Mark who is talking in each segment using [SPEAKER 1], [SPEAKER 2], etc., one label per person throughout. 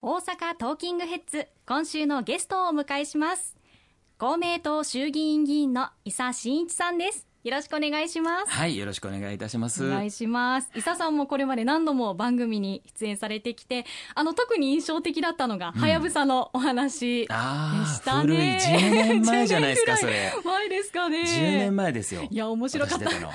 [SPEAKER 1] 大阪トーキングヘッズ今週のゲストをお迎えします公明党衆議院議員の伊佐真一さんですよろしくお願いします
[SPEAKER 2] はい、よろしくお願いいたします。
[SPEAKER 1] お願いします伊佐さんもこれまで何度も番組に出演されてきてあの特に印象的だったのが、はやぶさのお話で
[SPEAKER 2] あ
[SPEAKER 1] し
[SPEAKER 2] あ、
[SPEAKER 1] た
[SPEAKER 2] 古い10
[SPEAKER 1] ね
[SPEAKER 2] 年前じゃないですか、
[SPEAKER 1] 10
[SPEAKER 2] そ
[SPEAKER 1] 年
[SPEAKER 2] れ。
[SPEAKER 1] くらい前ですかね
[SPEAKER 2] 10年前ですよ。
[SPEAKER 1] いや面白かった
[SPEAKER 2] 私出の。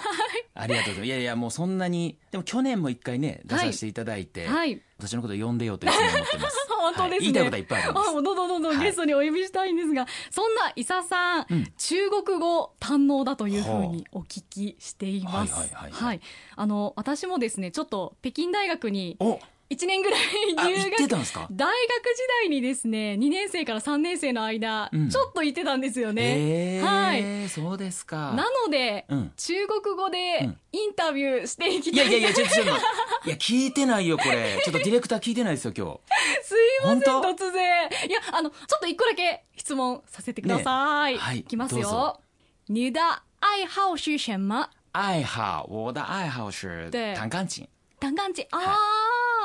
[SPEAKER 2] ありがとうございます。いやいや、もうそんなに、でも去年も一回ね、出させていただいて、
[SPEAKER 1] はい。
[SPEAKER 2] 私のこと呼んでよというふうに思ってます
[SPEAKER 1] 本当ですね
[SPEAKER 2] はい言いたいことはいっぱいあるんで
[SPEAKER 1] あもうどんどんどんどん
[SPEAKER 2] はい
[SPEAKER 1] ゲストにお呼びしたいんですが、そんな伊佐さん、
[SPEAKER 2] うん
[SPEAKER 1] 中国語堪能だというふうにお聞きしています。
[SPEAKER 2] はいはいはいはい
[SPEAKER 1] はいあの私もですねちょっと北京大学に
[SPEAKER 2] お
[SPEAKER 1] 1年ぐらい
[SPEAKER 2] あ、
[SPEAKER 1] 留
[SPEAKER 2] 言って
[SPEAKER 1] 学
[SPEAKER 2] たんですか
[SPEAKER 1] 大学時代にですね2年生から3年生の間、
[SPEAKER 2] うん
[SPEAKER 1] ちょっと行ってたんですよね。
[SPEAKER 2] ええ
[SPEAKER 1] は
[SPEAKER 2] そうですか。
[SPEAKER 1] なので、
[SPEAKER 2] うん
[SPEAKER 1] 中国語
[SPEAKER 2] う
[SPEAKER 1] で
[SPEAKER 2] ん
[SPEAKER 1] インタビューしていき
[SPEAKER 2] い
[SPEAKER 1] た
[SPEAKER 2] や
[SPEAKER 1] い、
[SPEAKER 2] いやいや、ちょっとちょっ と待って。いや、聞いてないよ、これ。ちょっとディレクター聞いてないですよ、今日。
[SPEAKER 1] すいません
[SPEAKER 2] 本当
[SPEAKER 1] 突然いやあのちょっと一個だけ質問させてください、
[SPEAKER 2] ねはい
[SPEAKER 1] いきます
[SPEAKER 2] どうぞ
[SPEAKER 1] よ你的愛好是什么
[SPEAKER 2] 愛好、我的愛好是
[SPEAKER 1] 对
[SPEAKER 2] 弹钢琴。
[SPEAKER 1] 弾丸地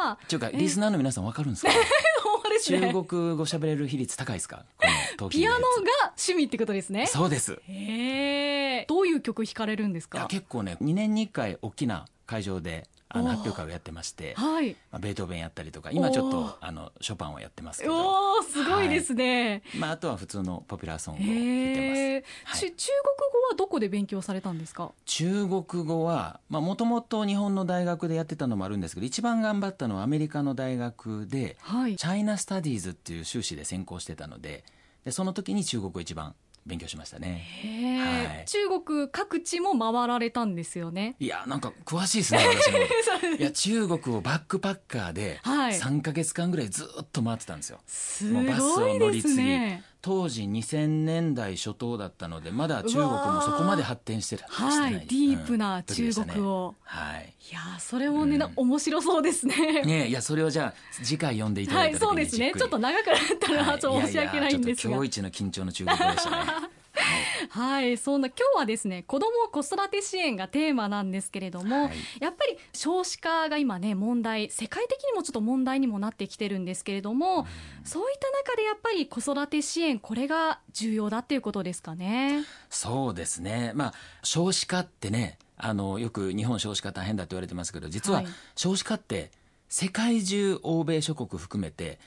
[SPEAKER 1] ああ
[SPEAKER 2] ちゅうか、リスナーの皆さんわかるんですか
[SPEAKER 1] ほんまです
[SPEAKER 2] 中
[SPEAKER 1] ね
[SPEAKER 2] 国語喋れる比率高いですかこの東京
[SPEAKER 1] ピアノが
[SPEAKER 2] のや
[SPEAKER 1] 趣味ってことですね
[SPEAKER 2] つそうです
[SPEAKER 1] へえどういう曲弾かれるんです
[SPEAKER 2] いや
[SPEAKER 1] か
[SPEAKER 2] 結構ね2年に1回大きな会場であ
[SPEAKER 1] お
[SPEAKER 2] の
[SPEAKER 1] ー
[SPEAKER 2] 発表会をやってまして、
[SPEAKER 1] はい
[SPEAKER 2] まあ、ベートーベンやったりとか今ちょっ
[SPEAKER 1] お
[SPEAKER 2] と
[SPEAKER 1] ー
[SPEAKER 2] あのショパンをやってますけど、
[SPEAKER 1] おーすごいですね、
[SPEAKER 2] まあ、あとは普通のポピュラーソングを
[SPEAKER 1] へ
[SPEAKER 2] 弾いてます
[SPEAKER 1] え、
[SPEAKER 2] はい
[SPEAKER 1] ち中国語はどこで勉強されたんですか
[SPEAKER 2] 中国語はもともと日本の大学でやってたのもあるんですけど一番頑張ったのはアメリカの大学で
[SPEAKER 1] はい
[SPEAKER 2] チャイナ・スタディーズっていう修士で専攻してたのででその時に中国語一番勉強しましたね
[SPEAKER 1] へえ、
[SPEAKER 2] はい
[SPEAKER 1] 中国各地も回られたんですよ ね
[SPEAKER 2] いやなんか詳しいですね私のこと
[SPEAKER 1] そうです
[SPEAKER 2] いや中国をバックパッカーで
[SPEAKER 1] はい
[SPEAKER 2] 3か月間ぐらいずっと回ってたんですよ、
[SPEAKER 1] す
[SPEAKER 2] もうバス
[SPEAKER 1] ごい
[SPEAKER 2] を乗り
[SPEAKER 1] です
[SPEAKER 2] 継ぎ、
[SPEAKER 1] ね。
[SPEAKER 2] 当時2000年代初頭だったのでまだ中国もそこまで発展してたして
[SPEAKER 1] は、
[SPEAKER 2] ないい、
[SPEAKER 1] ディープな中国
[SPEAKER 2] を、
[SPEAKER 1] を。
[SPEAKER 2] はい
[SPEAKER 1] いやー、それもね、
[SPEAKER 2] うん
[SPEAKER 1] な面白そうです ね。
[SPEAKER 2] ねえいやそれをじゃあ次回読んでいた
[SPEAKER 1] は
[SPEAKER 2] だい
[SPEAKER 1] い、
[SPEAKER 2] た
[SPEAKER 1] そ
[SPEAKER 2] 時
[SPEAKER 1] う
[SPEAKER 2] に
[SPEAKER 1] です
[SPEAKER 2] じっ
[SPEAKER 1] ね。
[SPEAKER 2] くり
[SPEAKER 1] ちょっと長くなったら、ちょっと申し訳ないんですが
[SPEAKER 2] ややちょっと今。日一の緊張の中国語でしたね
[SPEAKER 1] はい、そんな、今日はですね、子ども子育て支援がテーマなんですけれども、
[SPEAKER 2] はい
[SPEAKER 1] やっぱり少子化が今ね、問題、世界的にもちょっと問題にもなってきてるんですけれども、そういった中でやっぱり子育て支援、これが重要だっていうことですかね。
[SPEAKER 2] そうですねまあ少子化ってねあのよく日本少子化大変だって言われてますけど実
[SPEAKER 1] は
[SPEAKER 2] はい少子化って世界中欧米諸国含めて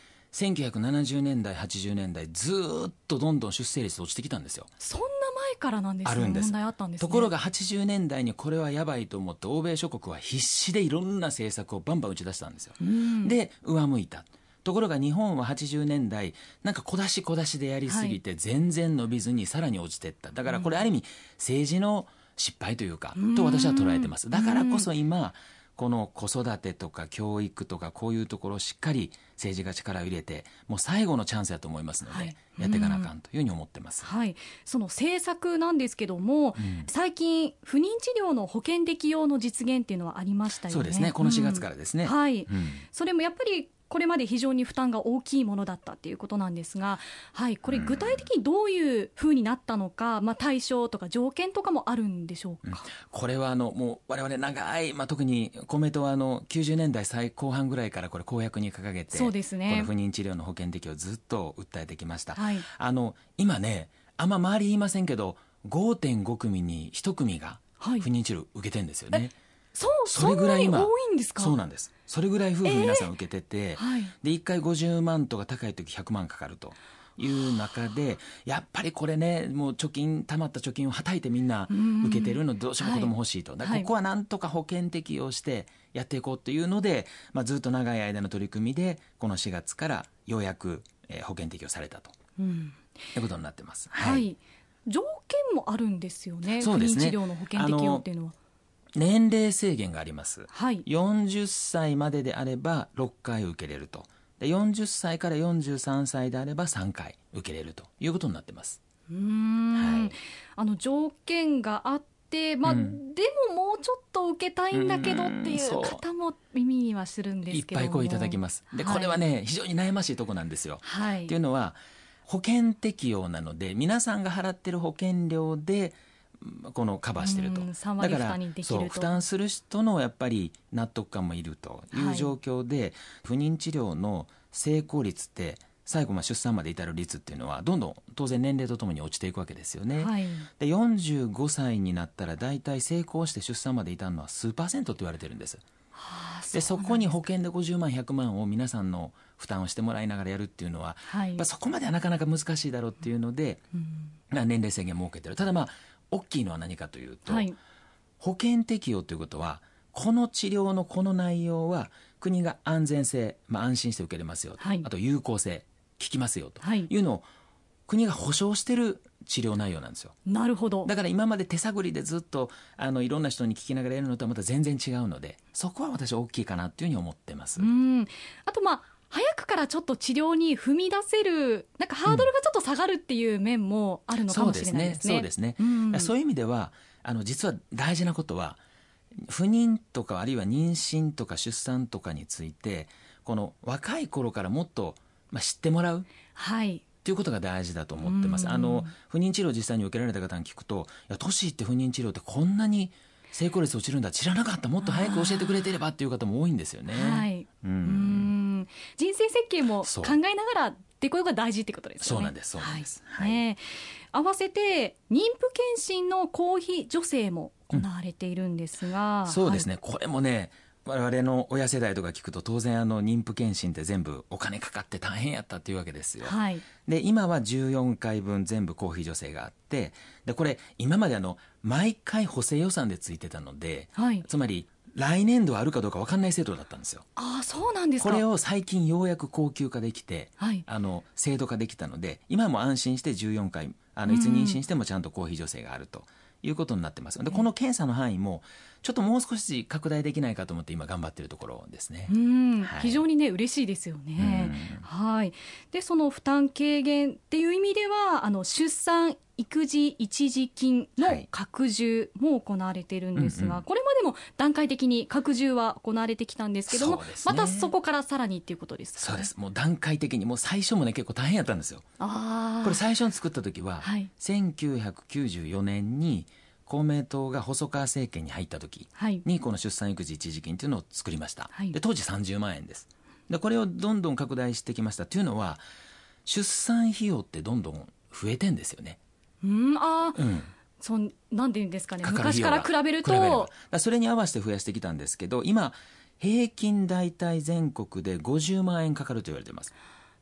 [SPEAKER 2] 1970年代80年代ずーっとどんどん出生率落ちてきたんですよ
[SPEAKER 1] そんな前からなんですね
[SPEAKER 2] あるんです
[SPEAKER 1] 問題あったんです、ね、
[SPEAKER 2] ところが80年代にこれはやばいと思って欧米諸国は必死でいろんな政策をバンバン打ち出したんですよ、
[SPEAKER 1] うん、
[SPEAKER 2] で上向いたところが日本は80年代なんか小出し小出しでやりすぎて全然伸びずにさらに落ちていっただからこれある意味政治の失敗というかと私は捉えてますだからこそ今この子育てとか教育とかこういうところをしっかり政治が力を入れてもう最後のチャンスだと思いますので、
[SPEAKER 1] はい
[SPEAKER 2] やっていかなあかんというふうに思ってます。
[SPEAKER 1] はい、その政策なんですけども、
[SPEAKER 2] ん
[SPEAKER 1] 最近不妊治療の保険適用の実現っていうのはありましたよね。、
[SPEAKER 2] そうですねこの4月かららですね、
[SPEAKER 1] はい、
[SPEAKER 2] うん
[SPEAKER 1] それもやっぱりこれまで非常に負担が大きいものだったっていうことなんですが、はい、これ具体的にどういうふうになったのか、まあ対象とか条件とかもあるんでしょうか。
[SPEAKER 2] これはあのもう我々長い、まあ、特に公明党はあの90年代最後半ぐらいからこれ公約に掲げて
[SPEAKER 1] そうですね
[SPEAKER 2] この不妊治療の保険適用をずっと訴えてきました、
[SPEAKER 1] はい
[SPEAKER 2] あの今ねあんま周り言いませんけど5.5組に1組が
[SPEAKER 1] はい
[SPEAKER 2] 不妊治療受けてるんですよね、
[SPEAKER 1] そう、
[SPEAKER 2] そ
[SPEAKER 1] そ
[SPEAKER 2] れ
[SPEAKER 1] ん
[SPEAKER 2] ぐ
[SPEAKER 1] な
[SPEAKER 2] らい
[SPEAKER 1] に
[SPEAKER 2] 今
[SPEAKER 1] 多いんですか。
[SPEAKER 2] そうなんですそれぐらい夫婦皆さん受けてて、
[SPEAKER 1] はい。
[SPEAKER 2] で1回50万とか高い時100万かかるという中でやっぱりこれねもう貯金貯まった貯金をはたいてみんな受けてるのどうしても子供欲しいと、だか
[SPEAKER 1] は
[SPEAKER 2] ら
[SPEAKER 1] い
[SPEAKER 2] ここはなんとか保険適用してやっていこうというので、まあ、ずっと長い間の取り組みでこの4月からようやくえー保険適用されたと
[SPEAKER 1] うん
[SPEAKER 2] いうことになってます。
[SPEAKER 1] はい、条件もあるんですよね。
[SPEAKER 2] そうですね
[SPEAKER 1] 不妊治療の保険適用っていうのは。
[SPEAKER 2] 年齢制限があります
[SPEAKER 1] はい。
[SPEAKER 2] 40歳までであれば6回受けれるとで40歳から43歳であれば3回受けれるということになってます。
[SPEAKER 1] うーん
[SPEAKER 2] はい
[SPEAKER 1] あの条件があって、まあ
[SPEAKER 2] うん
[SPEAKER 1] でももうちょっと受けたいんだけどって
[SPEAKER 2] うん
[SPEAKER 1] いう
[SPEAKER 2] そう
[SPEAKER 1] 方も耳にはするんで
[SPEAKER 2] い
[SPEAKER 1] す
[SPEAKER 2] っ
[SPEAKER 1] けども
[SPEAKER 2] ぱい声いただきますで、これは、ね非常に悩ましいとこなんですよ、
[SPEAKER 1] はいはい
[SPEAKER 2] っていうのは保険適用なので皆さんが払ってる保険料でこのカバーしてると、
[SPEAKER 1] うん3
[SPEAKER 2] だ
[SPEAKER 1] 割
[SPEAKER 2] か
[SPEAKER 1] 負
[SPEAKER 2] ら
[SPEAKER 1] 担にでき
[SPEAKER 2] そう
[SPEAKER 1] る
[SPEAKER 2] 負
[SPEAKER 1] と
[SPEAKER 2] 担する人のやっぱり納得感もいるとい
[SPEAKER 1] は
[SPEAKER 2] う
[SPEAKER 1] い
[SPEAKER 2] 状況で、不妊治療の成功率って最後まあ出産まで至る率っていうのはどんどん当然年齢とともに落ちていくわけですよね。
[SPEAKER 1] はい
[SPEAKER 2] で45歳になったら大体成功して出産まで至るのは数パーセントと言われてるんです。
[SPEAKER 1] あー
[SPEAKER 2] で
[SPEAKER 1] そ
[SPEAKER 2] そう
[SPEAKER 1] なん
[SPEAKER 2] こに保険で50万100万を皆さんの負担をしてもらいながらやるっていうのは、
[SPEAKER 1] はい
[SPEAKER 2] やっぱそこまではなかなか難しいだろうっていうので、
[SPEAKER 1] うん
[SPEAKER 2] まあ年齢制限設けてるただまあ大きいのは何かというと、
[SPEAKER 1] はい
[SPEAKER 2] 保険適用ということはこの治療のこの内容は国が安全性、まあ、安心して受けれますよと、
[SPEAKER 1] はい
[SPEAKER 2] あと有効性効きますよと
[SPEAKER 1] はい
[SPEAKER 2] いうのを国が保証してる治療内容なんですよ
[SPEAKER 1] なるほど
[SPEAKER 2] だから今まで手探りでずっとあのいろんな人に聞きながらやるのとはまた全然違うのでそこは私大きいかなというふうに思ってます、
[SPEAKER 1] うんあとまあ早くからちょっと治療に踏み出せるなんかハードルがちょっと下がるっていう面もあるのか
[SPEAKER 2] そう
[SPEAKER 1] も
[SPEAKER 2] で
[SPEAKER 1] し
[SPEAKER 2] す
[SPEAKER 1] れない
[SPEAKER 2] ね
[SPEAKER 1] ですね。
[SPEAKER 2] そうですね、
[SPEAKER 1] うん
[SPEAKER 2] そういう意味ではあの実は大事なことは不妊とかあるいは妊娠とか出産とかについてこの若い頃からもっと、まあ、知ってもらう
[SPEAKER 1] はい
[SPEAKER 2] ということが大事だと思ってます、
[SPEAKER 1] うん
[SPEAKER 2] あの不妊治療を実際に受けられた方に聞くといや年いって不妊治療ってこんなに成功率落ちるんだ知らなかったもっと早く教えてくれてればっていう方も多いんですよね。
[SPEAKER 1] はい、
[SPEAKER 2] う
[SPEAKER 1] うんん人生設計も
[SPEAKER 2] そう
[SPEAKER 1] 考えながらでこようが大事ってことですよね。
[SPEAKER 2] そうなんですそうなんです
[SPEAKER 1] はい
[SPEAKER 2] はい
[SPEAKER 1] ね合わせて妊婦健診の公費助成も行われているんですが、
[SPEAKER 2] そうです
[SPEAKER 1] ね、
[SPEAKER 2] ね、これもね我々の親世代とか聞くと当然あの妊婦健診って全部お金かかって大変やったっていうわけですよ。
[SPEAKER 1] はい
[SPEAKER 2] で今は14回分全部公費助成があってでこれ今まであの毎回補正予算でついてたので
[SPEAKER 1] はい、
[SPEAKER 2] つまり来年度あるかどうか分かんない制度だったんですよ。
[SPEAKER 1] ああそうなんです
[SPEAKER 2] こ
[SPEAKER 1] か。
[SPEAKER 2] れを最近ようやく高級化できて
[SPEAKER 1] はい
[SPEAKER 2] あの制度化できたので今も安心して14回あのいつ妊娠してもちゃんと公費助成があるということになってますでこの検査の範囲もちょっともう少し拡大できないかと思って今頑張ってるところですね
[SPEAKER 1] う。ん、
[SPEAKER 2] はい
[SPEAKER 1] 非常にね嬉しいですよね。
[SPEAKER 2] うん
[SPEAKER 1] はい。でその負担軽減っていう意味ではあの出産育児一時金
[SPEAKER 2] は
[SPEAKER 1] の
[SPEAKER 2] い
[SPEAKER 1] 拡充も行われているんですが、
[SPEAKER 2] うんうん
[SPEAKER 1] これまでも段階的に拡充は行われてきたんですけども、
[SPEAKER 2] そうですね
[SPEAKER 1] またそこからさらにっていうことですか、
[SPEAKER 2] そうで。すもう段階的にもう最初もね結構大変やったんですよ。
[SPEAKER 1] ああ。
[SPEAKER 2] これ最初に作った時は、
[SPEAKER 1] はい
[SPEAKER 2] 1994年に公明党が細川政権に入った時
[SPEAKER 1] はい。
[SPEAKER 2] にこの出産育児一時金というのを作りました、
[SPEAKER 1] はい
[SPEAKER 2] で当時30万円ですでこれをどんどん拡大してきましたというのは出産費用ってどんどん増えてんですよね、
[SPEAKER 1] うんああ、
[SPEAKER 2] うん、
[SPEAKER 1] そんなんていうんですかね。
[SPEAKER 2] かかる費
[SPEAKER 1] 昔
[SPEAKER 2] 用
[SPEAKER 1] か
[SPEAKER 2] が
[SPEAKER 1] ら比べる
[SPEAKER 2] 比べればだ
[SPEAKER 1] と
[SPEAKER 2] か。らそれに合わせて増やしてきたんですけど今平均大体全国で50万円かかると言われてます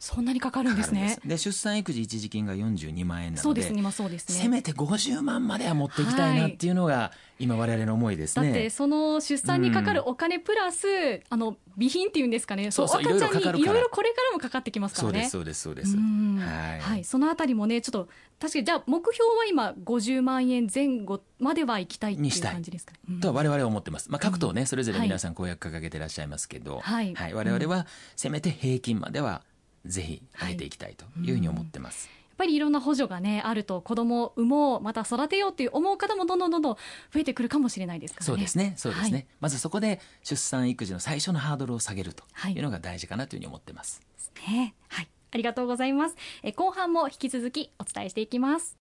[SPEAKER 1] そんなにかかるんです
[SPEAKER 2] か
[SPEAKER 1] ね
[SPEAKER 2] かる。んですで出産育児一時金が42万円な
[SPEAKER 1] そ
[SPEAKER 2] の
[SPEAKER 1] う
[SPEAKER 2] で
[SPEAKER 1] ですね、今そうですね。
[SPEAKER 2] せめて50万までは持っていきたいなっていうのが今我々の思いです
[SPEAKER 1] だっ
[SPEAKER 2] ね。
[SPEAKER 1] てその出産にかかるお金プラス、あの備品っていうんですかね
[SPEAKER 2] そうそう
[SPEAKER 1] 赤ちゃ
[SPEAKER 2] いろいろかか
[SPEAKER 1] ん
[SPEAKER 2] る
[SPEAKER 1] にい
[SPEAKER 2] から
[SPEAKER 1] ろいろこれからもかかってきますか
[SPEAKER 2] そ
[SPEAKER 1] ら
[SPEAKER 2] うで
[SPEAKER 1] ね
[SPEAKER 2] すそうですそうです。
[SPEAKER 1] うん
[SPEAKER 2] はい、
[SPEAKER 1] はい、そのあたりもねちょっと確かにじゃあ目標は今50万円前後までは行きたいってい
[SPEAKER 2] にし
[SPEAKER 1] う
[SPEAKER 2] たい
[SPEAKER 1] 感じですかね、うん
[SPEAKER 2] とは我々は思ってます。まあ各党ねそれぞれ皆さん公約掲げてらっしゃいますけど、
[SPEAKER 1] はい
[SPEAKER 2] 我々はせめて平均まではぜひ上げていきたいというふうに思ってます。
[SPEAKER 1] やっぱりいろんな補助がねあると子供を産もうまた育てようっていう思う方もどんどんどんどん増えてくるかもしれないですからね
[SPEAKER 2] そうですねそうですね、
[SPEAKER 1] はい
[SPEAKER 2] まずそこで出産育児の最初のハードルを下げると
[SPEAKER 1] はい
[SPEAKER 2] いうのが大事かなというふうに思ってます。
[SPEAKER 1] ねはいありがとうございますえ後半も引き続きお伝えしていきます